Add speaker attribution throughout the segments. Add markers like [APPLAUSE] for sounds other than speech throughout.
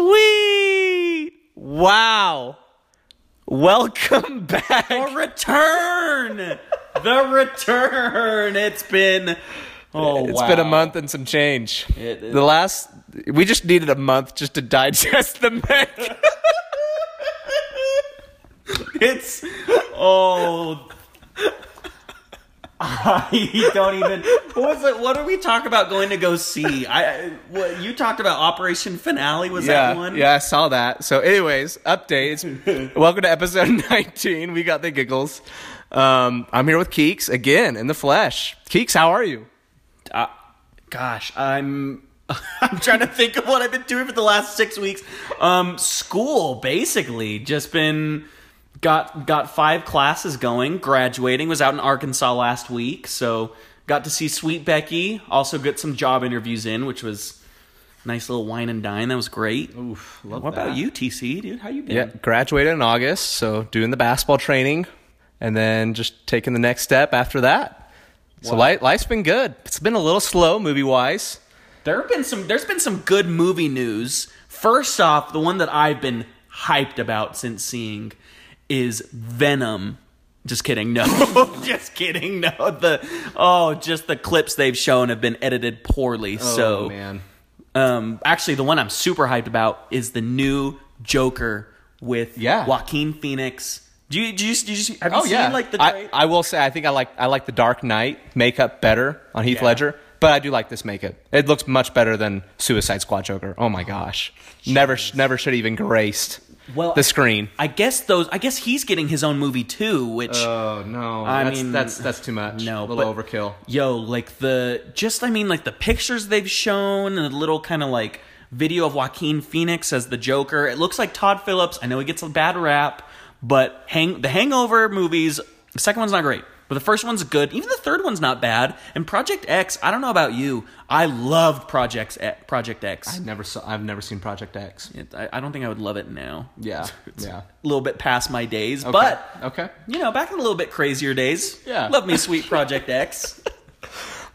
Speaker 1: Sweet. Wow. Welcome [LAUGHS]
Speaker 2: The
Speaker 1: back.
Speaker 2: return. the return. It's been. Oh,
Speaker 1: It's
Speaker 2: wow.
Speaker 1: been a month and some change.
Speaker 2: It is.
Speaker 1: The last we just needed a month just to digest the mech.
Speaker 2: It's oh. I don't even. What was it? What are we talking about? Going to go see? I. I- What you talked about? Operation Finale was
Speaker 1: yeah,
Speaker 2: that one?
Speaker 1: yeah, I saw that. So, anyways,
Speaker 2: [LAUGHS]
Speaker 1: updates. Welcome to episode [LAUGHS] 19. We got the giggles. Um, I'm here with Keeks again in the flesh. Keeks, how are you?
Speaker 2: Uh, gosh, I'm. [LAUGHS] I'm trying to think of what I've been doing for the last six weeks. Um, school basically just been got got five classes going. Graduating was out in Arkansas last week, so got to see Sweet Becky. Also, got some job interviews in, which was nice little wine and dine. That was great.
Speaker 1: Oof, love
Speaker 2: What about you, TC, dude? How you been?
Speaker 1: Yeah, graduated in August, so doing the basketball training and then just taking the next step after that. So life, life's been good. It's been a little slow movie wise.
Speaker 2: There have been some. There's been some good movie news. First off, the one that I've been hyped about since seeing is Venom. Just kidding. No, [LAUGHS] just kidding. No, the oh, just the clips they've shown have been edited poorly. so,
Speaker 1: Oh, man.
Speaker 2: um, actually, the one I'm super hyped about is the new Joker with
Speaker 1: Yeah.
Speaker 2: Joaquin Phoenix. Do you, do you, do you see- have you
Speaker 1: Oh
Speaker 2: seen
Speaker 1: yeah,
Speaker 2: like the
Speaker 1: I,
Speaker 2: tra-
Speaker 1: I will say I think I like I like the Dark Knight makeup better on Heath
Speaker 2: Yeah.
Speaker 1: Ledger, but I do like this makeup. It looks much better than Suicide Squad Joker. Oh my gosh, never sh- never should have even graced
Speaker 2: Well, I-
Speaker 1: the screen.
Speaker 2: I guess those. I guess he's getting his own movie too, which
Speaker 1: Oh no,
Speaker 2: I That's- mean- that's-
Speaker 1: that's too much.
Speaker 2: No, Little but-
Speaker 1: overkill.
Speaker 2: yo like the just i mean like the pictures they've shown and the little kind of like video of joaquin phoenix as the joker it looks like todd phillips i know he gets a bad rap but hang the hangover movies the second one's not great but the first one's good even the third one's not bad and project x i don't know about you i loved project x project x
Speaker 1: Never saw. I've never seen Project X.
Speaker 2: It- I, I don't think i would love it now
Speaker 1: Yeah,
Speaker 2: It's
Speaker 1: yeah.
Speaker 2: a little bit past my days but
Speaker 1: okay.
Speaker 2: you know back in a little bit crazier days
Speaker 1: Yeah.
Speaker 2: love me sweet
Speaker 1: [LAUGHS]
Speaker 2: project x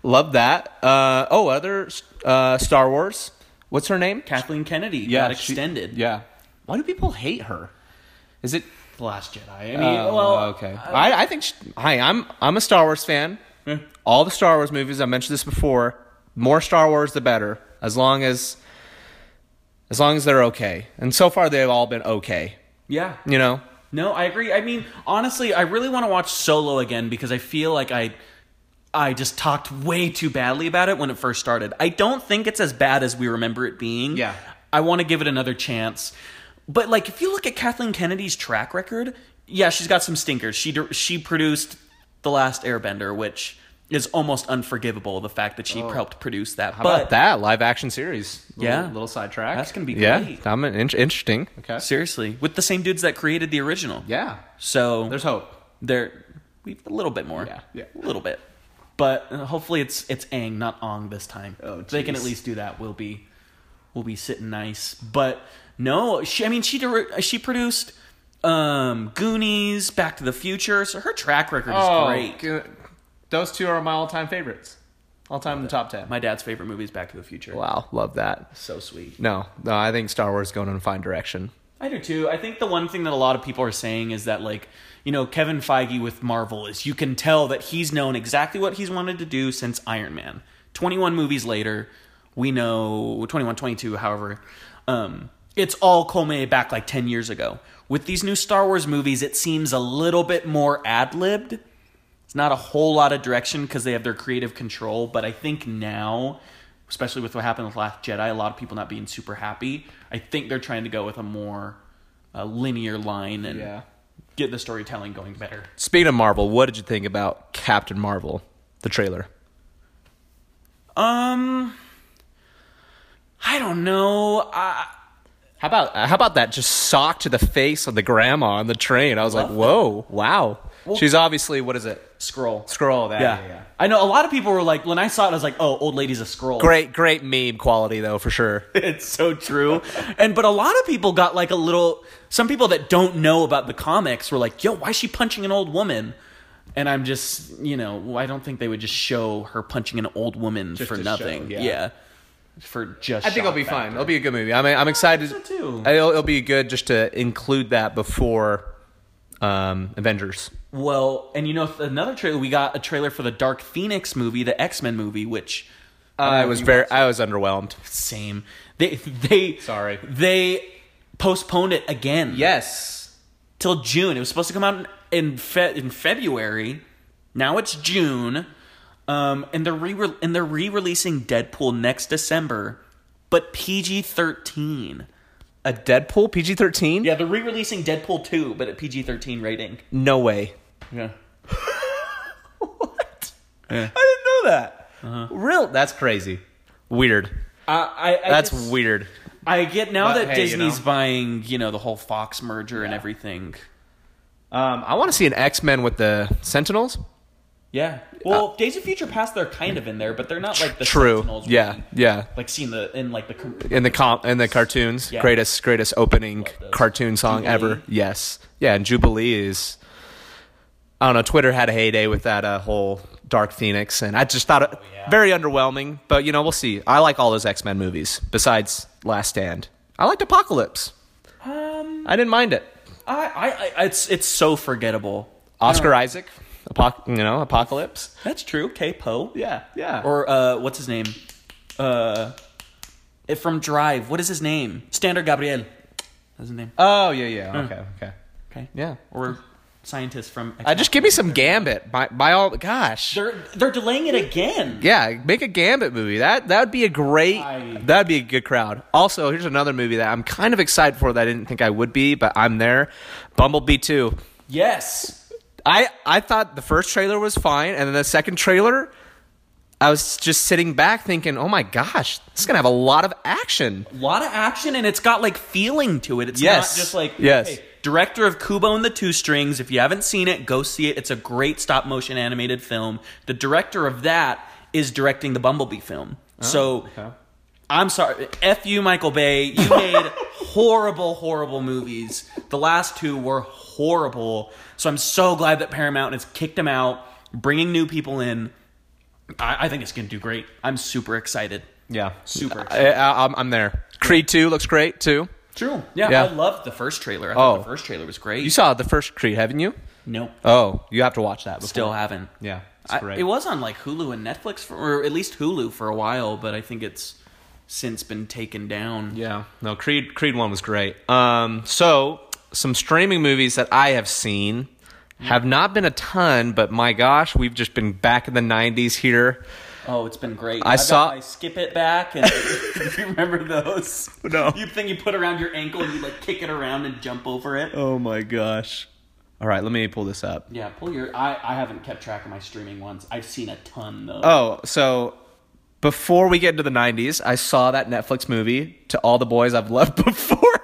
Speaker 1: Love that. Uh, oh, other uh, Star Wars. What's her name?
Speaker 2: kathleen kennedy got
Speaker 1: she-
Speaker 2: extended
Speaker 1: yeah. Why do people hate her? Is it?
Speaker 2: The Last Jedi. I mean,
Speaker 1: Oh,
Speaker 2: well,
Speaker 1: okay. I, I think. She, hi, I'm I'm a Star Wars fan. All the Star Wars movies. I mentioned this before. More Star Wars, the better. As long as, as long as they're okay. And so far, they've all been okay.
Speaker 2: Yeah.
Speaker 1: You know.
Speaker 2: No, I agree. I mean, honestly, I really want to watch Solo again because I feel like I I just talked way too badly about it when it first started. I don't think it's as bad as we remember it being.
Speaker 1: Yeah.
Speaker 2: I want to give it another chance. But like if you look at Kathleen Kennedy's track record, yeah, she's got some stinkers. She dir- she produced The Last Airbender, which is almost unforgivable the fact that she helped produce that.
Speaker 1: Oh. How
Speaker 2: but
Speaker 1: about that live action series.
Speaker 2: Yeah.
Speaker 1: Little sidetrack.
Speaker 2: that's going to be
Speaker 1: Yeah.
Speaker 2: great.
Speaker 1: I'm an in- interesting. Okay.
Speaker 2: Seriously, with the same dudes that created the original.
Speaker 1: Yeah.
Speaker 2: So
Speaker 1: There's hope.
Speaker 2: there we've a little bit more.
Speaker 1: Yeah, yeah.
Speaker 2: A little bit. But uh, hopefully it's it's Aang, not Ong this time.
Speaker 1: Oh,
Speaker 2: If they can
Speaker 1: jeez.
Speaker 2: at least do that. We'll be we'll be sitting nice. But no, she I mean she dir- she produced um Goonies, Back to the Future, so her track record is great.
Speaker 1: Oh, good. Those two are my all-time favorites. All-time in the top 10.
Speaker 2: My dad's favorite movie is Back to the Future.
Speaker 1: wow, love that.
Speaker 2: So sweet.
Speaker 1: No, no, I think Star Wars is going in a fine direction.
Speaker 2: I do too. I think the one thing that a lot of people are saying is that like, you know, Kevin Feige with Marvel is you can tell that he's known exactly what he's wanted to do since Iron Man. 21 movies later, we know 21 22 however. Um it's all culminated back like 10 years ago. With these new Star Wars movies, it seems a little bit more ad-libbed. It's not a whole lot of direction because they have their creative control, but I think now, especially with what happened with Last Jedi, a lot of people not being super happy. I think they're trying to go with a more uh, linear line and get the storytelling going better.
Speaker 1: Speaking of Marvel, what did you think about Captain Marvel, the trailer?
Speaker 2: Um, I don't know. I,
Speaker 1: How about uh, how about that just sock to the face of the grandma on the train? I was like,
Speaker 2: Love
Speaker 1: whoa,
Speaker 2: that.
Speaker 1: wow. She's obviously what is it?
Speaker 2: scroll.
Speaker 1: Scroll that.
Speaker 2: Yeah. I know a lot of people were like, when I saw it, I was like, oh, old lady's a scroll.
Speaker 1: Great, great meme quality though for sure.
Speaker 2: it's so true. And but a lot of people got like a little. Some people that don't know about the comics were like, "Yo, why is she punching an old woman?" And I'm just, you know, I don't think they would just show her punching an old woman for
Speaker 1: to
Speaker 2: nothing.
Speaker 1: show, yeah.
Speaker 2: yeah. for just.
Speaker 1: I think it'll
Speaker 2: shock
Speaker 1: be fun.
Speaker 2: factor.
Speaker 1: It'll be a good movie. I mean, I'm excited.
Speaker 2: so too.
Speaker 1: It'll, it'll be good just to include that before um, Avengers.
Speaker 2: Well, and you know th- another trailer. We got a trailer for the Dark Phoenix movie, the X Men movie, which don't know
Speaker 1: I
Speaker 2: if
Speaker 1: was
Speaker 2: you
Speaker 1: very, I was underwhelmed.
Speaker 2: same. They [LAUGHS] they
Speaker 1: Sorry.
Speaker 2: They postponed it again.
Speaker 1: Yes,
Speaker 2: till June. It was supposed to come out in Fe- in February. Now it's June, um, and they're re and they're re releasing Deadpool next December, but PG thirteen.
Speaker 1: a Deadpool PG-13.
Speaker 2: Yeah, they're re releasing Deadpool two, but at PG thirteen rating.
Speaker 1: No way.
Speaker 2: Yeah.
Speaker 1: What? I didn't know that. Real? That's crazy. Uh-huh. Weird.
Speaker 2: I, I
Speaker 1: That's
Speaker 2: just-
Speaker 1: weird.
Speaker 2: I get now
Speaker 1: But
Speaker 2: that
Speaker 1: hey, you
Speaker 2: Disney's
Speaker 1: know.
Speaker 2: buying, you know, the whole Fox merger and everything.
Speaker 1: Um, I want to see an X Men with the Sentinels.
Speaker 2: Yeah. Well, Days of Future Past they're kind of in there, but they're not like the
Speaker 1: True.
Speaker 2: Sentinels
Speaker 1: yeah,
Speaker 2: really,
Speaker 1: yeah.
Speaker 2: like seen the in like the com-
Speaker 1: In the comp, in the cartoons,
Speaker 2: Yeah.
Speaker 1: greatest, greatest opening
Speaker 2: those.
Speaker 1: cartoon song ever.
Speaker 2: Jubilee.
Speaker 1: Yes, yeah. And Jubilee is. I don't know. Twitter had a heyday with that uh, whole Dark Phoenix, and I just thought it
Speaker 2: Oh, yeah.
Speaker 1: very underwhelming. But you know, we'll see. I like all those X Men movies. Besides Last Stand, I liked Apocalypse.
Speaker 2: um
Speaker 1: I didn't mind it.
Speaker 2: I, I I it's it's so forgettable.
Speaker 1: Oscar Isaac, Apoc- you know, Apocalypse.
Speaker 2: That's true. Okay, Poe.
Speaker 1: Yeah, yeah. Or
Speaker 2: Or uh what's his name? Uh eh, from Drive. What is his name? Standard Gabriel. That's his name.
Speaker 1: oh yeah,
Speaker 2: Hmm.
Speaker 1: yeah. Okay, okay.
Speaker 2: Okay.
Speaker 1: Yeah.
Speaker 2: Or scientist from X-
Speaker 1: Uh, just give me some Gambit. By, by all, gosh.
Speaker 2: They're they're delaying it again.
Speaker 1: Yeah, make a Gambit movie. That that would be a great.
Speaker 2: I-
Speaker 1: That'd be a good crowd. Also, here's another movie that I'm kind of excited for that I didn't think I would be, but I'm there. Bumblebee two.
Speaker 2: Yes.
Speaker 1: I I thought the first trailer was fine, and then the second trailer, I was just sitting back thinking, oh my gosh, this is gonna have a lot of action.
Speaker 2: A lot of action and it's got like feeling to it. It's
Speaker 1: Yes.
Speaker 2: not just like
Speaker 1: Yes.
Speaker 2: hey, director of Kubo and the Two Strings. If you haven't seen it, go see it. It's a great stop motion animated film. The director of that is directing the Bumblebee film. so I'm sorry. F you, Michael Bay. You made horrible, horrible movies. The last two were horrible. So I'm so glad that Paramount has kicked them out, bringing new people in. I, I think it's going to do great. I'm super excited.
Speaker 1: Yeah,
Speaker 2: Super.
Speaker 1: I, I, I'm, I'm there. Creed two looks great too.
Speaker 2: True. Yeah,
Speaker 1: Yeah.
Speaker 2: I loved the first trailer. I thought
Speaker 1: Oh.
Speaker 2: the first trailer was great.
Speaker 1: You saw the first Creed, haven't you?
Speaker 2: nope.
Speaker 1: Oh, you have to watch that. Before.
Speaker 2: Still haven't.
Speaker 1: yeah,
Speaker 2: I- it was on like Hulu and Netflix, for, or at least Hulu for a while, but I think it's since been taken down.
Speaker 1: Yeah. No, Creed Creed 1 was great. Um so some streaming movies that I have seen have not been a ton, but my gosh, we've just been back in the 90s here.
Speaker 2: Oh, it's been great.
Speaker 1: I
Speaker 2: I've
Speaker 1: saw-
Speaker 2: Got my skip it back, and [LAUGHS] you remember those?
Speaker 1: No.
Speaker 2: You thing you put around your ankle and you like kick it around and jump over it.
Speaker 1: Oh my gosh. All right, let me pull this up.
Speaker 2: Yeah, pull your. I I haven't kept track of my streaming ones. I've seen a ton though.
Speaker 1: Oh, so before we get into the 90s, I saw that Netflix movie to all the boys I've loved [LAUGHS] before.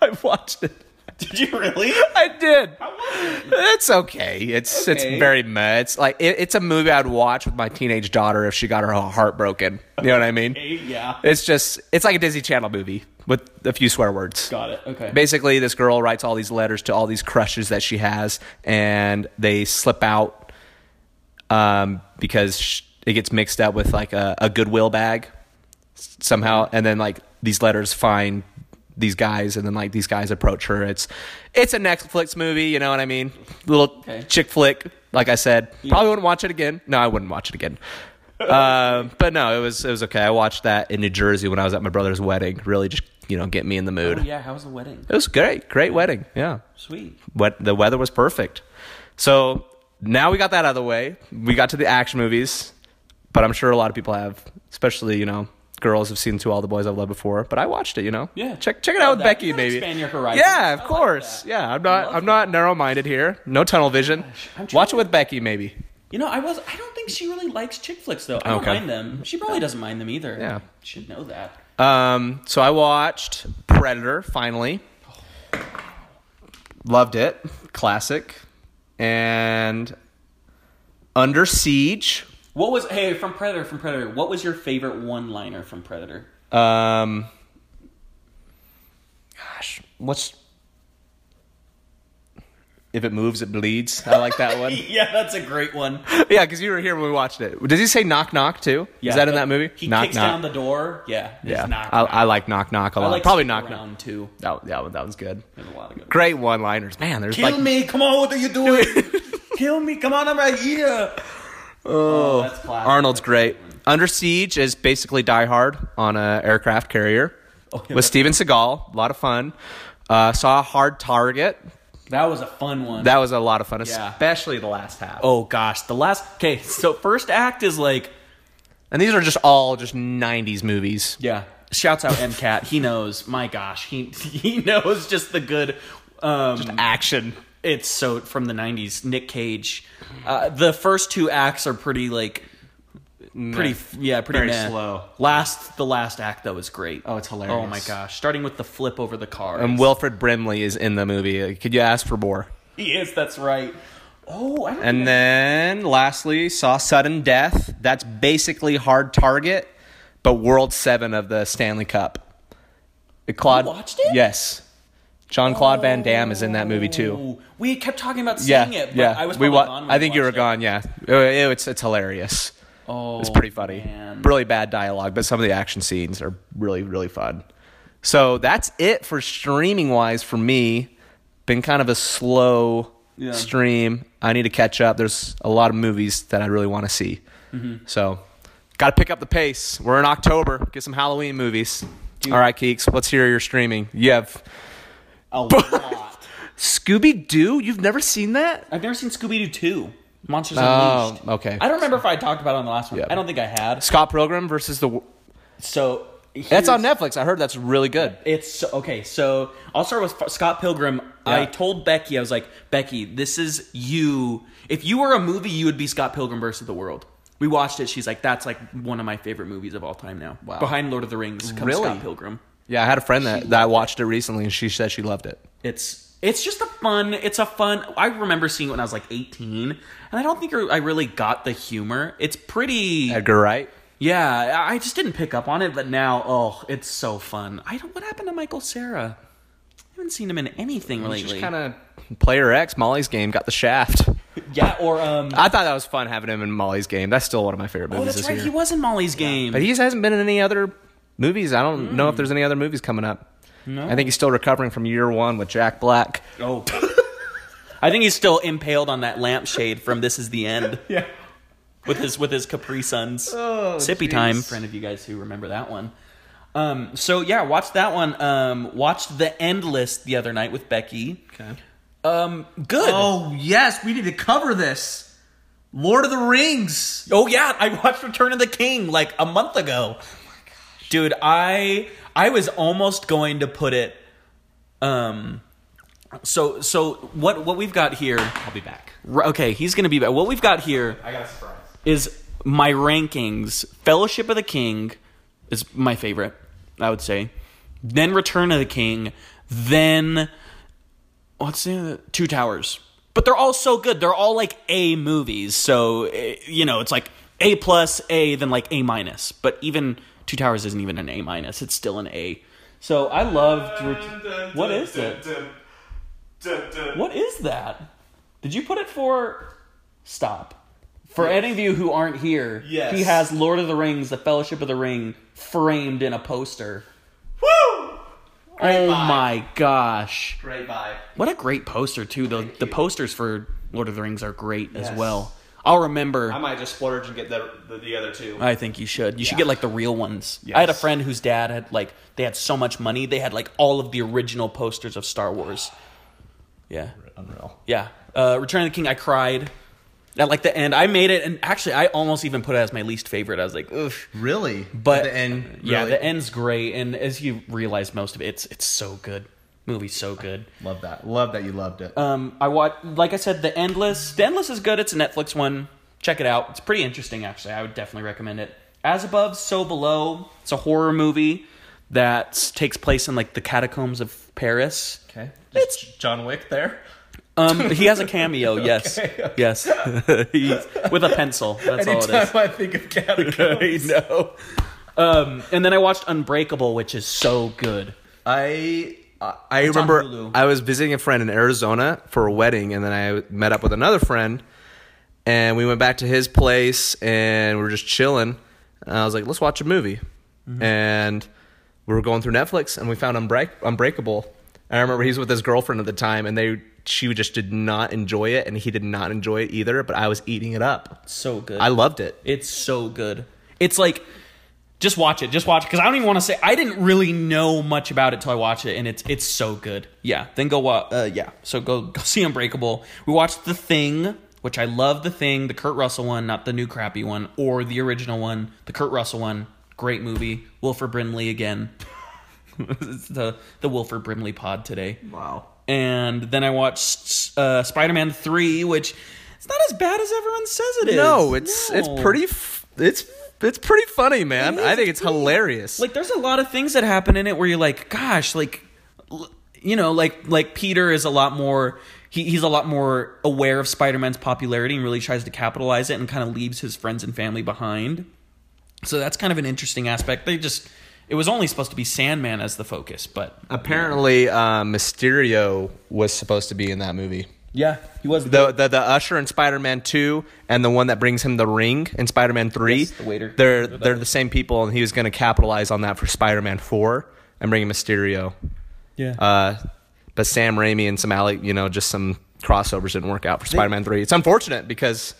Speaker 1: I watched it.
Speaker 2: [LAUGHS] Did you really?
Speaker 1: I did.
Speaker 2: How was it?
Speaker 1: It's okay. It's
Speaker 2: Okay.
Speaker 1: it's very meh. It's like it, it's a movie I'd watch with my teenage daughter if she got her heart broken. You know what I mean?
Speaker 2: Hey, yeah.
Speaker 1: It's just it's like a Disney Channel movie with a few swear words.
Speaker 2: Got it. Okay.
Speaker 1: Basically, this girl writes all these letters to all these crushes that she has, and they slip out um, because sh- it gets mixed up with like a, a Goodwill bag s- somehow, and then like these letters find these guys, and then like these guys approach her. It's it's a Netflix movie, you know what I mean? Little
Speaker 2: Okay.
Speaker 1: chick flick. Like I said, probably wouldn't watch it again. No, I wouldn't watch it
Speaker 2: [LAUGHS]
Speaker 1: again. Um, but no, it was it was okay. I watched that in New Jersey when I was at my brother's wedding. Really, just you know, get me in the mood.
Speaker 2: Oh, yeah. How was the wedding?
Speaker 1: It was great, great wedding. Yeah,
Speaker 2: Sweet.
Speaker 1: what the weather was perfect. So now we got that out of the way. We got to the action movies, but I'm sure a lot of people have, especially you know, girls have seen "To All the Boys I've Loved Before." But I watched it, you know.
Speaker 2: Yeah.
Speaker 1: check check it out with
Speaker 2: that-
Speaker 1: Becky,
Speaker 2: that'll
Speaker 1: maybe.
Speaker 2: expand your horizons.
Speaker 1: Yeah, of
Speaker 2: I like
Speaker 1: course.
Speaker 2: that.
Speaker 1: yeah, I'm
Speaker 2: love
Speaker 1: not I'm not narrow minded here. No tunnel vision.
Speaker 2: I'm
Speaker 1: Watch it
Speaker 2: trying-
Speaker 1: with Becky, maybe.
Speaker 2: You know, I was. I don't think she really likes chick flicks though. I don't
Speaker 1: Okay.
Speaker 2: mind them. She probably doesn't mind them either.
Speaker 1: Yeah.
Speaker 2: Should know that.
Speaker 1: Um, so I watched Predator finally. Loved it. Classic. And Under Siege.
Speaker 2: What was hey from Predator? From Predator, what was your favorite one-liner from Predator? [LAUGHS]
Speaker 1: Um, gosh, what's if it moves, it bleeds. I like that
Speaker 2: [LAUGHS]
Speaker 1: one.
Speaker 2: Yeah, that's a great one.
Speaker 1: yeah, because you were here when we watched it. Does he say knock knock too?
Speaker 2: Yeah,
Speaker 1: Is that in
Speaker 2: but
Speaker 1: that movie?
Speaker 2: He
Speaker 1: knock
Speaker 2: kicks down the door. Yeah,
Speaker 1: yeah,
Speaker 2: yeah. Knock,
Speaker 1: I,
Speaker 2: knock.
Speaker 1: I like knock knock a lot. Probably knock knock.
Speaker 2: around too.
Speaker 1: That, that one- that was good.
Speaker 2: There's a lot of good.
Speaker 1: Great one liners, man. There's
Speaker 2: Kill
Speaker 1: like
Speaker 2: me! Come on, what are you doing? Kill me! [LAUGHS] Come on, I'm right here. Oh, that's classic.
Speaker 1: Arnold's great. Under Siege is basically Die Hard on a aircraft carrier
Speaker 2: Oh, yeah,
Speaker 1: with
Speaker 2: that-
Speaker 1: Steven Seagal. A lot of fun. Uh, saw Hard Target.
Speaker 2: That was a fun one.
Speaker 1: That was a lot of fun,
Speaker 2: Yeah.
Speaker 1: especially the last half.
Speaker 2: oh gosh, the last. Okay, so first act is like
Speaker 1: And these are just all just '90s movies.
Speaker 2: Yeah. Shouts out MCAT. He knows. My gosh, he [LAUGHS] he knows just the good. Um,
Speaker 1: Action.
Speaker 2: it's so from the '90s. Nick Cage. Uh, the first two acts are pretty like pretty yeah pretty
Speaker 1: Very
Speaker 2: meh.
Speaker 1: slow.
Speaker 2: Last the last act though is great.
Speaker 1: Oh, it's hilarious.
Speaker 2: Oh my gosh! Starting with the flip over the car.
Speaker 1: And Wilfred Brimley is in the movie. Uh, Could you ask for more?
Speaker 2: [LAUGHS] he is. That's right. Oh, I don't think
Speaker 1: And then lastly, saw Sudden Death. That's basically Hard Target, but World 7 of the Stanley Cup. Uh, Claude,
Speaker 2: You watched it?
Speaker 1: Yes. John Claude Van Damme is in that movie too.
Speaker 2: Ooh, We kept talking about
Speaker 1: Yeah,
Speaker 2: seeing it, but
Speaker 1: yeah.
Speaker 2: I was
Speaker 1: we
Speaker 2: probably
Speaker 1: wa-
Speaker 2: gone when
Speaker 1: I think you were
Speaker 2: watched it.
Speaker 1: gone. Yeah, It- it- it's it's hilarious.
Speaker 2: Oh,
Speaker 1: It's pretty funny.
Speaker 2: man.
Speaker 1: Really bad dialogue, but some of the action scenes are really really fun. So that's it for streaming wise for me. Been kind of a slow
Speaker 2: Yeah.
Speaker 1: stream. I need to catch up. There's a lot of movies that I really want to see.
Speaker 2: Mm-hmm.
Speaker 1: So got to pick up the pace. We're in October. Get some Halloween movies. All right, Keeks, let's hear your streaming. You have [LAUGHS]
Speaker 2: A lot.
Speaker 1: Scooby Doo. You've never seen that?
Speaker 2: I've never seen Scooby Doo two. Monsters
Speaker 1: Oh,
Speaker 2: Unleashed.
Speaker 1: okay.
Speaker 2: I don't remember if I talked about it on the last one.
Speaker 1: Yeah.
Speaker 2: I don't think I had.
Speaker 1: Scott Pilgrim versus the. Wo-
Speaker 2: So
Speaker 1: That's on
Speaker 2: here's-
Speaker 1: Netflix. I heard that's really good.
Speaker 2: It's so- okay. So I'll start with F- Scott Pilgrim. I told Becky, I was like, Becky, this is you. If you were a movie, you would be Scott Pilgrim versus the World. We watched it. She's like, that's like one of my favorite movies of all time now.
Speaker 1: Wow.
Speaker 2: Behind Lord of the Rings comes
Speaker 1: Really?
Speaker 2: Scott Pilgrim.
Speaker 1: Yeah, I had a friend that, that watched it recently, and she said she loved it.
Speaker 2: It's it's just a fun. It's a fun. I remember seeing it when I was like 18, and I don't think I really got the humor. It's pretty.
Speaker 1: Edgar Wright.
Speaker 2: Yeah, I I just didn't pick up on it, but now, oh, it's so fun. I don't. What happened to Michael Sarah? I haven't seen him in anything
Speaker 1: Just
Speaker 2: lately.
Speaker 1: kind of player X. Molly's game got the shaft.
Speaker 2: yeah, or um.
Speaker 1: I thought that was fun having him in Molly's game. That's still one of my favorite
Speaker 2: oh,
Speaker 1: movies
Speaker 2: that's
Speaker 1: this
Speaker 2: right.
Speaker 1: year.
Speaker 2: He was in Molly's game.
Speaker 1: but he just hasn't been in any other movies. I don't know if there's any other movies coming up. I think he's still recovering from year one with Jack Black.
Speaker 2: oh. [LAUGHS] I think he's still impaled on that lampshade from "This Is the [LAUGHS] End."
Speaker 1: Yeah.
Speaker 2: with his with his Capri Suns.
Speaker 1: Oh,
Speaker 2: Sippy
Speaker 1: geez.
Speaker 2: time. For any of you guys who remember that one. Um, so yeah, watched that one. Um, watched the End List the other night with Becky.
Speaker 1: Okay.
Speaker 2: Um, good.
Speaker 3: Oh yes, we need to cover this. Lord of the Rings.
Speaker 2: Oh yeah, I watched Return of the King like a month ago. Dude, I I was almost going to put it um so so what what we've got here
Speaker 1: I'll be back.
Speaker 2: r- okay, he's going to be back. What we've got here
Speaker 1: I got a surprise.
Speaker 2: is my rankings. Fellowship of the King is my favorite, I would say. Then Return of the King, then what's the other? Two Towers. But they're all so good. They're all like A movies. So eh, you know, it's like A plus A, then like A minus. But even Two Towers isn't even an A minus. It's still an A. So I loved. Ret- what is it? What is that? Did you put it for? Stop. For any of you who aren't here,
Speaker 3: Yes.
Speaker 2: he has Lord of the Rings, The Fellowship of the Ring framed in a poster.
Speaker 3: Woo!
Speaker 2: oh my gosh.
Speaker 3: Great vibe.
Speaker 2: What a great poster too. The the posters for Lord of the Rings are great as well. I'll remember. i
Speaker 3: might just splurge and get the the, the other two.
Speaker 2: think you should. You should get like the real ones. I had a friend whose dad had like they had so much money. They had like all of the original posters of Star Wars. Yeah.
Speaker 1: Unreal.
Speaker 2: Yeah. Uh, Return of the King, I cried. At like the end, I made it, and actually, I almost even put it as my least favorite. I was like, ugh.
Speaker 3: Really?
Speaker 2: But
Speaker 3: the end.
Speaker 2: yeah,
Speaker 3: really?
Speaker 2: the end's great, and as you realize, most of it, it's it's so good. Movie's so good.
Speaker 3: Love that. Love that you loved it.
Speaker 2: Um, I watch, like I said, the Endless. The Endless is good. It's a Netflix one. Check it out. It's pretty interesting, actually. I would definitely recommend it. As above, so below. It's a horror movie that takes place in like the catacombs of Paris.
Speaker 3: okay.
Speaker 2: It's
Speaker 3: John Wick there.
Speaker 2: Um, he has a cameo. Yes,
Speaker 3: okay.
Speaker 2: yes, [LAUGHS] He's- with a pencil. That's all it is.
Speaker 3: I think
Speaker 2: [LAUGHS]
Speaker 3: of
Speaker 2: I
Speaker 3: catacombs,
Speaker 2: know. Um, and then I watched Unbreakable, which is so good.
Speaker 3: I
Speaker 1: I I
Speaker 2: It's on
Speaker 1: remember
Speaker 2: Hulu.
Speaker 1: I was visiting a friend in Arizona for a wedding, and then I met up with another friend, and we went back to his place, and we were just chilling. And I was like, "Let's watch a movie,"
Speaker 2: Mm-hmm.
Speaker 1: and we were going through Netflix, and we found Unbreak- Unbreakable. And I remember he was with his girlfriend at the time, and they she just did not enjoy it, and he did not enjoy it either. But I was eating it up.
Speaker 2: So good.
Speaker 1: I loved it.
Speaker 2: It's so good. It's like just watch it, just watch it cuz I don't even want to say I didn't really know much about it till I watched it and it's it's so good. Yeah. Then go watch uh yeah. So go go [LAUGHS] see Unbreakable. We watched The Thing, which I love The Thing, the Kurt Russell one, not the new crappy one or the original one, the Kurt Russell one. Great movie. Wilford Brimley again. [LAUGHS] it's the the Wilford Brimley pod today
Speaker 3: Wow.
Speaker 2: and then I watched uh, Spider-Man Three, which it's not as bad as everyone says it is.
Speaker 1: No, it's it's
Speaker 2: No.
Speaker 1: pretty f- it's it's pretty funny, man.
Speaker 2: It is,
Speaker 1: I think it's
Speaker 2: it's pretty-
Speaker 1: hilarious.
Speaker 2: Like, there's a lot of things that happen in it where you're like, gosh, like, l- you know, like like Peter is a lot more. He, he's a lot more aware of Spider-Man's popularity and really tries to capitalize it and kind of leaves his friends and family behind. So that's kind of an interesting aspect. They just it was only supposed to be Sandman as the focus, but
Speaker 1: Apparently, uh, Mysterio was supposed to be in that movie.
Speaker 2: yeah, he was
Speaker 1: The, the the usher in Spider Man Two and the one that brings him the ring in Spider Man Three,
Speaker 2: Yes, the waiter.
Speaker 1: they're they're the same people, and he was going to capitalize on that for Spider Man Four and bring in Mysterio.
Speaker 2: yeah.
Speaker 1: Uh, but Sam Raimi and some alley, you know, just some crossovers didn't work out for Spider Man Three. It's unfortunate because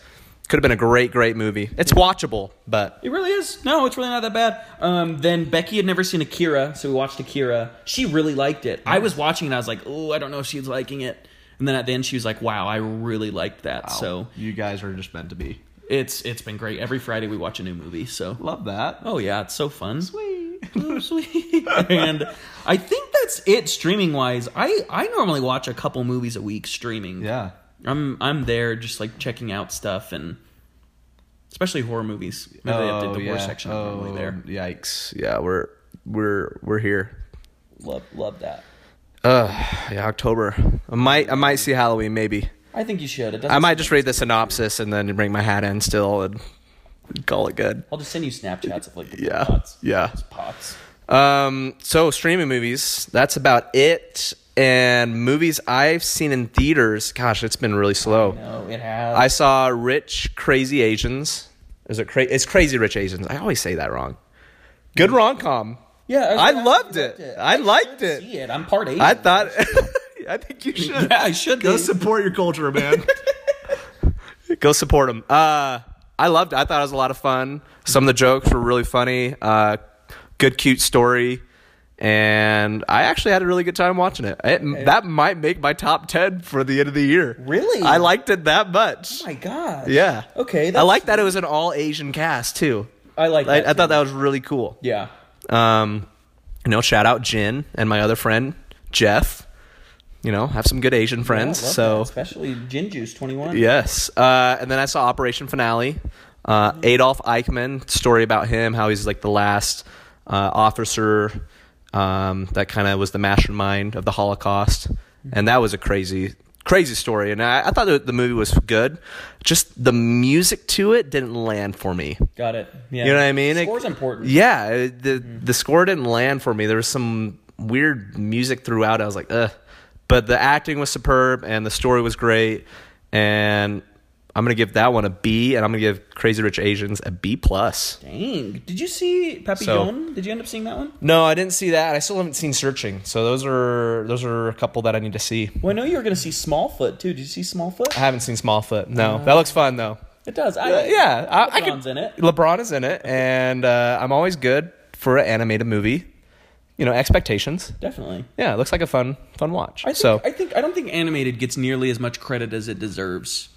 Speaker 1: it could have been a great great movie. It's watchable, but
Speaker 2: It really is. No, it's really not that bad. Um, then Becky had never seen Akira, so we watched Akira. She really liked it. I was watching and I was like, oh, I don't know if she's liking it. And then at the end, she was like, wow, I really liked that. So
Speaker 1: you guys are just meant to be.
Speaker 2: it's it's been great. Every Friday we watch a new movie. So
Speaker 1: Love that.
Speaker 2: oh yeah, it's so fun. Oh, sweet. [LAUGHS] and I think that's it streaming wise. I I normally watch a couple movies a week streaming.
Speaker 1: Yeah.
Speaker 2: I'm I'm there just like checking out stuff and especially horror movies. Maybe they
Speaker 1: Oh,
Speaker 2: updated the horror section. I'm normally there.
Speaker 1: Yikes! Yeah, we're we're we're here.
Speaker 2: Love love that.
Speaker 1: Uh, yeah, October. I might I might see Halloween maybe.
Speaker 2: I think you should. It doesn't
Speaker 1: I might just read the synopsis and then bring my hat in still and call it good.
Speaker 2: I'll just send you Snapchats of like the
Speaker 1: Yeah,
Speaker 2: pots.
Speaker 1: yeah.
Speaker 2: Just pots.
Speaker 1: Um, so streaming movies. That's about it. And movies I've seen in theaters. Gosh, it's been really slow.
Speaker 2: No, it has.
Speaker 1: I saw Rich Crazy Asians. Is it cra- It's Crazy Rich Asians. I always say that wrong. Good rom com.
Speaker 2: yeah,
Speaker 1: I loved it. I liked
Speaker 2: should
Speaker 1: it.
Speaker 2: See it. I'm part Asian. [LAUGHS]
Speaker 1: I thought. [LAUGHS] I think you should.
Speaker 2: yeah, I should be.
Speaker 3: support your culture, man.
Speaker 1: [LAUGHS] go support them. Uh, I loved. it. I thought it was a lot of fun. Some of the jokes were really funny. Uh, good, cute story, and I actually had a really good time watching it. it that might make my top ten for the end of the year.
Speaker 2: Really?
Speaker 1: I liked it that much.
Speaker 2: Oh my God.
Speaker 1: yeah.
Speaker 2: Okay.
Speaker 1: I
Speaker 2: that's-
Speaker 1: like that it was an all Asian cast too.
Speaker 2: I like.
Speaker 1: I,
Speaker 2: That
Speaker 1: I
Speaker 2: too.
Speaker 1: thought that was really cool.
Speaker 2: Yeah.
Speaker 1: Um, you know, shout out Jin and my other friend Jeff. You know, have some good Asian friends.
Speaker 2: I love
Speaker 1: so
Speaker 2: that, especially Gin Juice 21.
Speaker 1: Yes. Uh, and then I saw Operation Finale. Uh, Adolf Eichmann, story about him, how he's like the last uh, officer um, that kind of was the mastermind of the Holocaust. And that was a crazy, crazy story. And I, I thought that the movie was good. Just the music to it didn't land for me.
Speaker 2: Got it. Yeah.
Speaker 1: You know what I mean? It-
Speaker 2: Score's important.
Speaker 1: Yeah, it- the the score didn't land for me. There was some weird music throughout. I was like, ugh. But the acting was superb, and the story was great. And I'm gonna give that one a B, and I'm gonna give Crazy Rich Asians a B plus.
Speaker 2: Dang. Did you see Papillon? Did you end up seeing that one?
Speaker 1: No, I didn't see that. I still haven't seen Searching. So those are those are a couple that I need to see.
Speaker 2: Well, I know you were going to see Smallfoot too. Did you see Smallfoot?
Speaker 1: I haven't seen Smallfoot. No, that looks fun though.
Speaker 2: It does. I,
Speaker 1: Uh, yeah, I, I
Speaker 2: LeBron's
Speaker 1: could-
Speaker 2: in it.
Speaker 1: LeBron is in it, and uh, I'm always good for an animated movie. You know, expectations.
Speaker 2: Definitely.
Speaker 1: Yeah, it looks like a fun, fun watch.
Speaker 2: I think,
Speaker 1: so
Speaker 2: I think I don't think animated gets nearly as much credit as it deserves.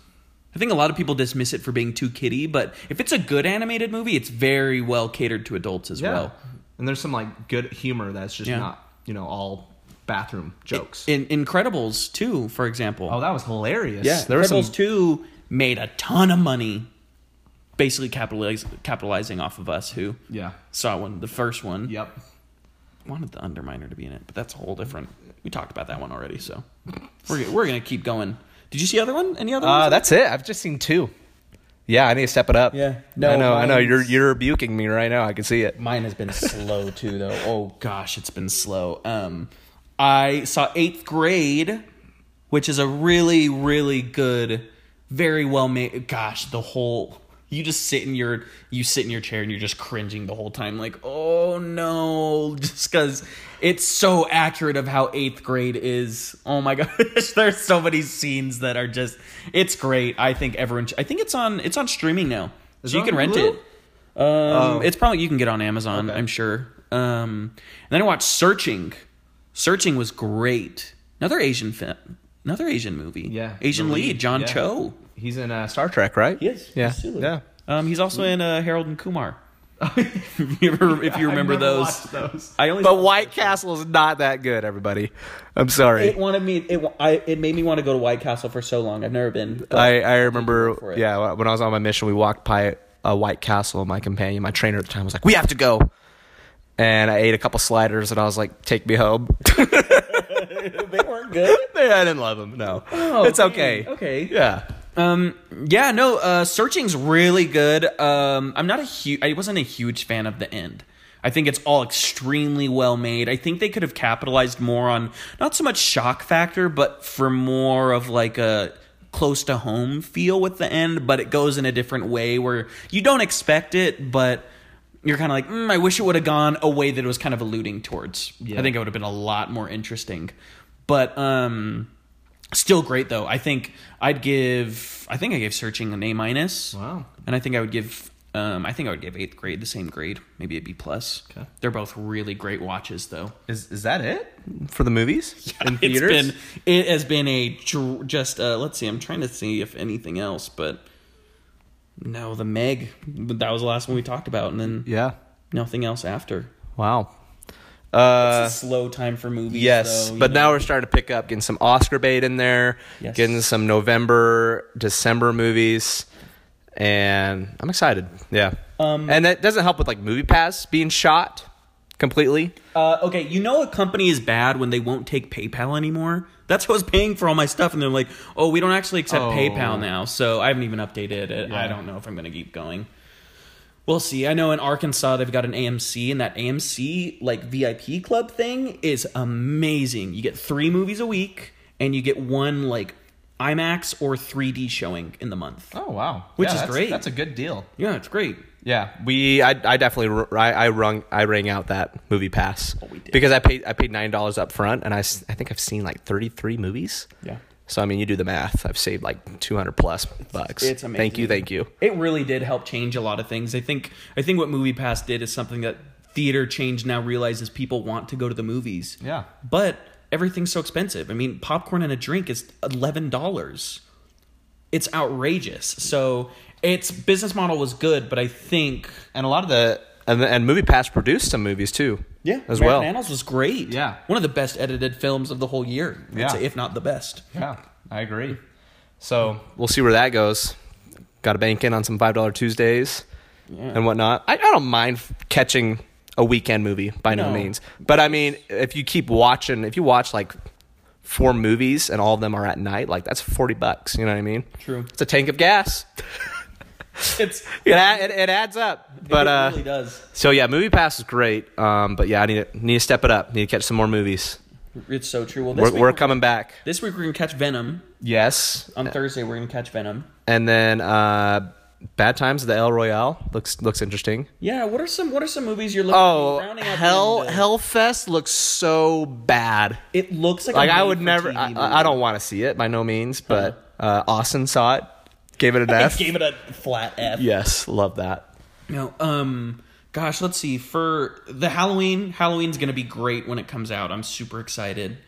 Speaker 2: I think a lot of people dismiss it for being too kiddie, but if it's a good animated movie, it's very well catered to adults as well.
Speaker 1: and there's some like good humor that's just
Speaker 2: Yeah.
Speaker 1: not you know all bathroom jokes.
Speaker 2: In Incredibles 2, for example.
Speaker 1: oh, that was hilarious.
Speaker 2: yeah,
Speaker 1: there was some.
Speaker 2: Incredibles 2 made a ton of money basically capitalize, capitalizing off of us who
Speaker 1: yeah.
Speaker 2: saw one the first one.
Speaker 1: Yep.
Speaker 2: wanted the Underminer to be in it, but that's a whole different. We talked about that one already, so we're we're going to keep going. Did you see other one? Any other ones?
Speaker 1: Uh, that's it. I've just seen two. Yeah, I need to step it up.
Speaker 2: Yeah.
Speaker 1: No, I
Speaker 2: No,
Speaker 1: know. I know.
Speaker 2: mine's-
Speaker 1: You're you're rebuking me right now. I can see it.
Speaker 2: Mine has been slow too, though. Oh gosh, it's been slow. Um, I saw Eighth Grade, which is a really, really good, very well made. Gosh, the whole you just sit in your you sit in your chair and you're just cringing the whole time, like oh no, [LAUGHS] just because it's so accurate of how Eighth Grade is. Oh my [LAUGHS] gosh, there's so many scenes that are just it's great. I think everyone. sh- I think it's on it's on streaming now, so you
Speaker 3: it
Speaker 2: can
Speaker 3: on
Speaker 2: rent
Speaker 3: Hulu?
Speaker 2: it. Um, It's probably you can get it on Amazon, I'm sure. Um, and then I watched Searching. Searching was great. Another Asian film, another Asian movie.
Speaker 1: Yeah,
Speaker 2: Asian
Speaker 1: the
Speaker 2: lead,
Speaker 1: lead,
Speaker 2: John
Speaker 1: yeah.
Speaker 2: Cho.
Speaker 1: He's in uh, Star Trek, right?
Speaker 2: Yes,
Speaker 1: Yeah.
Speaker 2: he's Sulu.
Speaker 1: Yeah.
Speaker 2: Um, he's also in uh, Harold and [LAUGHS] Kumar. if you, ever, if you remember those,
Speaker 3: those.
Speaker 2: I only
Speaker 1: But
Speaker 2: [LAUGHS]
Speaker 1: White Castle is not that good, everybody. I'm sorry.
Speaker 2: it wanted me. It wa- I, it made me want to go to White Castle for so long. I've never been. but-
Speaker 1: I, I
Speaker 2: go for
Speaker 1: remember,
Speaker 2: it.
Speaker 1: yeah, when I was on my mission, we walked by a White Castle. and My companion, my trainer at the time, was like, "We have to go," and I ate a couple sliders, and I was like, "Take me home."
Speaker 2: [LAUGHS]
Speaker 1: [LAUGHS]
Speaker 2: they weren't good.
Speaker 1: I didn't love them. No, it's
Speaker 2: dang.
Speaker 1: okay.
Speaker 2: Oh, Okay.
Speaker 1: yeah,
Speaker 2: Um. Yeah. No. Uh. Searching's really good. Um. I'm not a huge. I wasn't a huge fan of the end. I think it's all extremely well made. I think they could have capitalized more on not so much shock factor, but for more of like a close to home feel with the end. But it goes in a different way where you don't expect it, but you're kind of like, mm, I wish it would have gone a way that it was kind of alluding towards. I think it would have been a lot more interesting. But um, still great though. I think I'd give. I think I gave Searching an A minus.
Speaker 1: Wow.
Speaker 2: And I think I would give. Um, I think I would give Eighth Grade the same grade, maybe a B plus. Okay. They're both really great watches though.
Speaker 3: Is is that it?
Speaker 1: for the movies in
Speaker 2: [LAUGHS] It's
Speaker 1: theaters.
Speaker 2: been. It has been a dr- just. Uh, let's see. I'm trying to see if anything else, but. No, the Meg. That was the last one we talked about, and then
Speaker 1: yeah.
Speaker 2: nothing else after.
Speaker 1: Wow. Uh,
Speaker 2: it's a slow time for movies.
Speaker 1: Yes,
Speaker 2: though, you
Speaker 1: but
Speaker 2: know.
Speaker 1: now we're starting to pick up, getting some Oscar bait in there,
Speaker 2: Yes.
Speaker 1: getting some November, December movies, and I'm excited. Yeah,
Speaker 2: Um,
Speaker 1: and that doesn't help with like Movie Pass being shot completely.
Speaker 2: Uh, okay, you know a company is bad when they won't take PayPal anymore. That's what I was paying for all my stuff, and they're like, "Oh, we don't actually accept
Speaker 1: Oh.
Speaker 2: PayPal now." So I haven't even updated it. I don't know if I'm going to keep going. We'll see. I know in Arkansas they've got an AMC, and that AMC like VIP club thing is amazing. You get three movies a week, and you get one like IMAX or 3D showing in the month.
Speaker 3: Oh wow,
Speaker 2: Which
Speaker 3: Yeah,
Speaker 2: is
Speaker 3: that's-
Speaker 2: great.
Speaker 3: That's a good deal.
Speaker 2: Yeah, it's great.
Speaker 1: Yeah, we I, I definitely r- I, I rung I rang out that Movie Pass
Speaker 2: Oh, we did.
Speaker 1: because I paid I paid nine dollars up front, and I, s- I think I've seen like 33 movies.
Speaker 2: Yeah.
Speaker 1: So I mean, you do the math. I've saved like 200 plus bucks.
Speaker 2: it's
Speaker 1: Thank you,
Speaker 2: amazing.
Speaker 1: thank you.
Speaker 2: it really did help change a lot of things. I think I think what Movie Pass did is something that theater change now realizes people want to go to the movies.
Speaker 3: Yeah.
Speaker 2: But everything's so expensive. I mean, popcorn and a drink is eleven dollars. It's outrageous. So its business model was good, but I think
Speaker 1: and a lot of the and, and movie pass produced some movies too as
Speaker 2: American
Speaker 1: well
Speaker 2: Annals was great.
Speaker 3: Yeah.
Speaker 2: one of the best edited films of the whole year. I'd
Speaker 3: Yeah.
Speaker 2: say, if not the
Speaker 1: [LAUGHS]
Speaker 2: best.
Speaker 3: Yeah, I agree.
Speaker 1: so we'll see where that goes got to bank in on some five dollar tuesdays and whatnot I, I don't mind f- catching a weekend movie by no.
Speaker 2: No.
Speaker 1: means but i mean if you keep watching if you watch like four movies and all of them are at night like that's 40 bucks you know what i mean
Speaker 2: True.
Speaker 1: it's a tank of gas [LAUGHS]
Speaker 2: It's
Speaker 1: it, add, it, it adds up but
Speaker 2: it
Speaker 1: uh
Speaker 2: [LAUGHS] really does.
Speaker 1: so yeah movie pass is great um but yeah i need to need to step it up need to catch some more movies
Speaker 2: It's so true. Well, this
Speaker 1: we're,
Speaker 2: week
Speaker 1: we're coming back
Speaker 2: This week we're gonna catch Venom.
Speaker 1: yes
Speaker 2: On Thursday we're gonna catch Venom.
Speaker 1: And then uh, Bad Times, the El Royale looks looks interesting.
Speaker 2: Yeah, what are some what are some movies you're looking?
Speaker 1: Oh,
Speaker 2: rounding out the
Speaker 1: Hell
Speaker 2: end of-
Speaker 1: Hellfest looks so bad.
Speaker 2: It looks like a
Speaker 1: Like I
Speaker 2: made
Speaker 1: would
Speaker 2: for
Speaker 1: never.
Speaker 2: TV
Speaker 1: I,
Speaker 2: movie.
Speaker 1: I I don't want to see it by no means, but uh, Austin saw it, gave it an F.
Speaker 2: [LAUGHS] Gave it a flat F.
Speaker 1: yes, love that.
Speaker 2: No. Um. Gosh, let's see. For the Halloween, Halloween's gonna be great when it comes out. I'm super excited.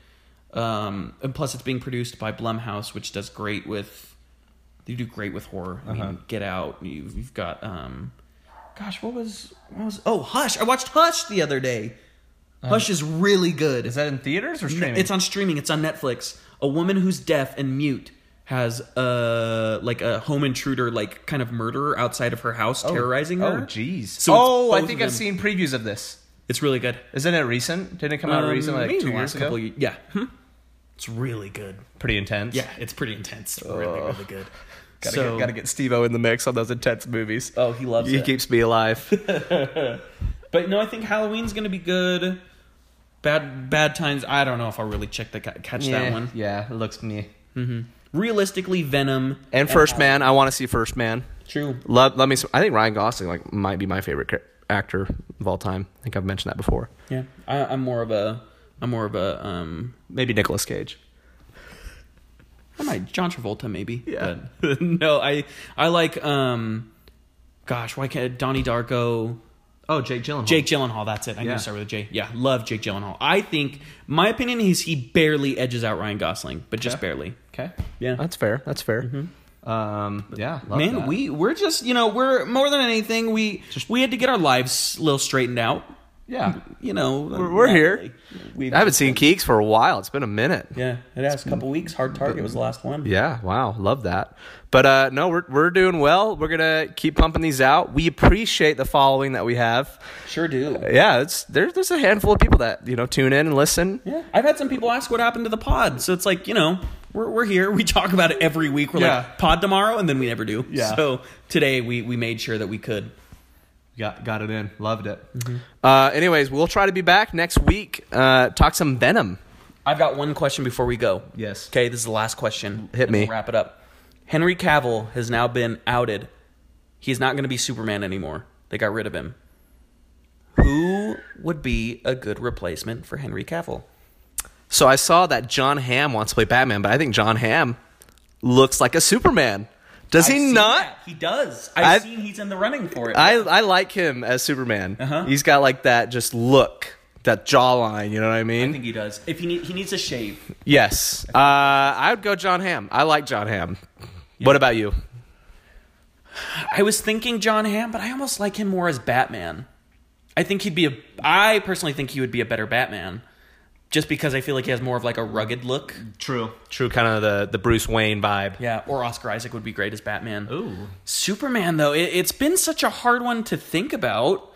Speaker 2: Um. And plus, it's being produced by Blumhouse, which does great with. They do great with horror. I
Speaker 1: Uh-huh.
Speaker 2: mean, Get Out. You've, you've got um. Gosh, what was what was? Oh, Hush. I watched Hush the other day.
Speaker 1: Um,
Speaker 2: Hush is really good.
Speaker 3: Is that in theaters or streaming?
Speaker 2: It's on streaming. It's on Netflix. A woman who's deaf and mute has a like a home intruder, like kind of murderer outside of her house, terrorizing her.
Speaker 3: Oh, jeez.
Speaker 2: So it's
Speaker 3: oh, I
Speaker 2: both
Speaker 3: think
Speaker 2: of
Speaker 3: I've
Speaker 2: them.
Speaker 3: seen previews of this.
Speaker 2: It's really good.
Speaker 3: Isn't it Uh, recent? Didn't it come out
Speaker 2: Um,
Speaker 3: recently, like
Speaker 2: maybe
Speaker 3: two
Speaker 2: the last
Speaker 3: years ago?
Speaker 2: couple of ye- yeah, Hmm? [LAUGHS] it's really good.
Speaker 3: Pretty intense.
Speaker 2: Yeah, it's pretty intense. It's really, really good.
Speaker 1: Gotta
Speaker 2: so,
Speaker 1: get, gotta get Steve-O in the mix on those intense movies.
Speaker 2: Oh, he loves
Speaker 1: he
Speaker 3: [LAUGHS]
Speaker 2: it.
Speaker 1: keeps me alive.
Speaker 2: But no, I think Halloween's gonna be good. Bad Bad Times. I don't know if I'll really check the ca- catch that one.
Speaker 1: Yeah, it looks me.
Speaker 2: Realistically, Venom
Speaker 3: Eh,
Speaker 1: And First Man, I want to see First Man.
Speaker 2: True.
Speaker 1: Love, let me. I think Ryan Gosling like might be my favorite char- actor of all time. I think I've mentioned that before.
Speaker 2: Yeah, I, I'm more of a I'm more of a um
Speaker 1: Maybe Nicolas Cage.
Speaker 2: I might John Travolta maybe.
Speaker 1: Yeah.
Speaker 2: but- [LAUGHS] no, I I like um, gosh, why can't Donnie Darko?
Speaker 3: Oh, Jake Gyllenhaal.
Speaker 2: Jake Gyllenhaal, that's it. I'm
Speaker 3: Yeah.
Speaker 2: gonna start with a J. Yeah, love Jake Gyllenhaal. I think my opinion is he barely edges out Ryan Gosling, but just
Speaker 3: Okay.
Speaker 2: barely.
Speaker 3: Okay.
Speaker 2: Yeah.
Speaker 1: That's fair. That's fair.
Speaker 3: Um. Yeah. love
Speaker 2: Man,
Speaker 3: that.
Speaker 2: we we're just you know we're more than anything we we had to get our lives a little straightened out.
Speaker 3: Yeah.
Speaker 2: You know we're,
Speaker 1: we're here.
Speaker 2: We've,
Speaker 1: I haven't seen Keeks for a while. It's been a minute.
Speaker 2: yeah, it has a couple weeks. Hard Target was the last one.
Speaker 1: Yeah, wow, love that. But uh, no, we're we're doing well. We're gonna keep pumping these out. We appreciate the following that we have.
Speaker 2: Sure do.
Speaker 1: Yeah, it's there's there's a handful of people that you know tune in and listen.
Speaker 2: Yeah. I've had some people ask what happened to the pod. So it's like, you know, we're, we're here. We talk about it every week. We're
Speaker 3: Yeah.
Speaker 2: like, pod tomorrow, and then we never do.
Speaker 3: Yeah.
Speaker 2: So today we, we made sure that we could.
Speaker 3: Got got it in. Loved it.
Speaker 2: Mm-hmm.
Speaker 1: Uh, anyways, we'll try to be back next week. Uh, talk some Venom.
Speaker 2: I've got one question before we go.
Speaker 3: Yes.
Speaker 2: Okay, this is the last question.
Speaker 1: Hit
Speaker 2: and
Speaker 1: me.
Speaker 2: We'll wrap it up. Henry Cavill has now been outed. He's not going to be Superman anymore. They got rid of him. Who would be a good replacement for Henry Cavill?
Speaker 1: So I saw that John Hamm wants to play Batman, but I think John Hamm looks like a Superman. Does
Speaker 2: I've
Speaker 1: he
Speaker 2: seen
Speaker 1: not?
Speaker 2: that. He does. I've,
Speaker 1: I've-
Speaker 2: seen he's in the running for it.
Speaker 1: I I like him as Superman.
Speaker 2: Uh-huh.
Speaker 1: He's got like that just look, that jawline. You know what I mean?
Speaker 2: I think he does. If he need, he needs a shave.
Speaker 1: Yes. Uh, I would go John Hamm. I like John Hamm. What about you?
Speaker 2: I was thinking John Hamm, but I almost like him more as Batman. I think he'd be a. I personally think he would be a better Batman, just because I feel like he has more of like a rugged look.
Speaker 3: True.
Speaker 1: True, kind of the, the Bruce Wayne vibe.
Speaker 2: Yeah, or Oscar Isaac would be great as Batman.
Speaker 3: Ooh.
Speaker 2: Superman though, it, it's been such a hard one to think about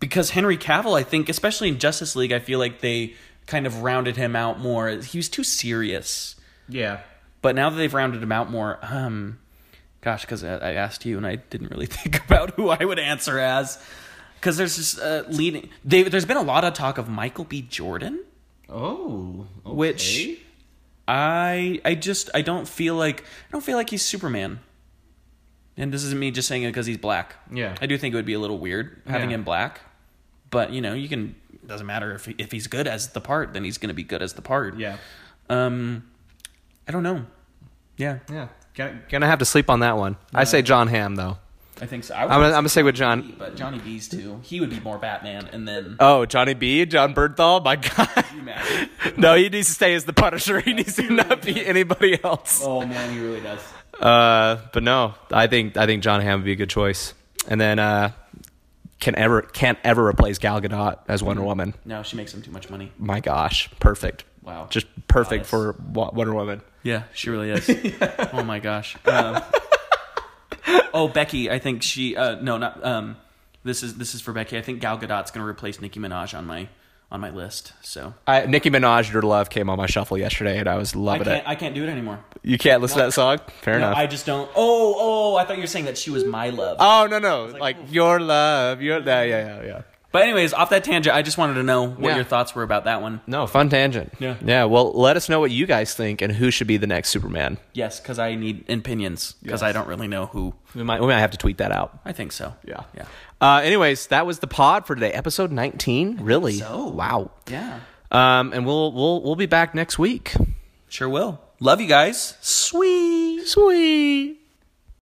Speaker 2: because Henry Cavill, I think, especially in Justice League, I feel like they kind of rounded him out more. He was too serious.
Speaker 3: Yeah.
Speaker 2: But now that they've rounded him out more, um, gosh, because I, I asked you and I didn't really [LAUGHS] think about who I would answer as, because there's just uh, leading. They, there's been a lot of talk of Michael B. Jordan,
Speaker 3: Oh. Okay.
Speaker 2: which I I just I don't feel like I don't feel like he's Superman. And this isn't me just saying it because he's black.
Speaker 3: Yeah.
Speaker 2: I do think it would be a little weird having
Speaker 3: Yeah.
Speaker 2: him black, but you know you can. It doesn't matter if he, if he's good as the part, then he's going to be good as the part.
Speaker 3: Yeah.
Speaker 2: Um, I don't know. Yeah.
Speaker 3: Yeah. Got it.
Speaker 1: Gonna have to sleep on that one. I say John Hamm, though.
Speaker 2: I think so. I would
Speaker 1: I'm gonna, I'm gonna say with John.
Speaker 2: but Johnny B's too. He would be more Batman, and then
Speaker 1: Oh, Johnny B, John Bernthal, my God. [LAUGHS]
Speaker 2: Oh. imagine?
Speaker 1: No, he needs to stay as the Punisher. He needs to not be anybody else.
Speaker 2: oh man, he really does.
Speaker 1: Uh, but no, I think I think John Hamm would be a good choice. And then uh, can ever can't ever replace Gal Gadot as Wonder Woman.
Speaker 2: No, she makes him too much money.
Speaker 1: My gosh, perfect.
Speaker 2: Wow.
Speaker 1: just perfect
Speaker 2: Goddess.
Speaker 1: for Wo- Wonder Woman.
Speaker 2: Yeah, she really [LAUGHS] is. Oh my gosh. Um, oh Becky, I think she. Uh, no, not. Um, this is this is for Becky. I think Gal Gadot's gonna replace Nicki Minaj on my on my list. So
Speaker 1: I, Nicki Minaj, Your Love came on my shuffle yesterday, and I was
Speaker 2: I
Speaker 1: loving
Speaker 2: can't
Speaker 1: it.
Speaker 2: I can't do it anymore.
Speaker 1: you can't listen to that song? Fair
Speaker 2: No,
Speaker 1: enough.
Speaker 2: I just don't. Oh oh, I thought you were saying that she was my love.
Speaker 1: oh, no, no. Like, Your Love, Your Yeah, yeah, yeah, yeah.
Speaker 2: but anyways, off that tangent, I just wanted to know what
Speaker 1: Yeah.
Speaker 2: your thoughts were about that one.
Speaker 1: No, fun tangent.
Speaker 2: Yeah.
Speaker 1: Yeah, well, let us know what you guys think and who should be the next Superman.
Speaker 2: Yes, because I need opinions because I don't really know who.
Speaker 1: We might, we might have to tweet that out.
Speaker 2: I think so.
Speaker 1: Yeah.
Speaker 2: Yeah.
Speaker 1: Uh, anyways, that was the pod for today, episode 19. Really?
Speaker 2: so.
Speaker 1: Wow.
Speaker 2: Yeah.
Speaker 1: Um, and we'll, we'll, we'll be back next week.
Speaker 2: Sure will. Love you guys. Sweet.
Speaker 1: Sweet.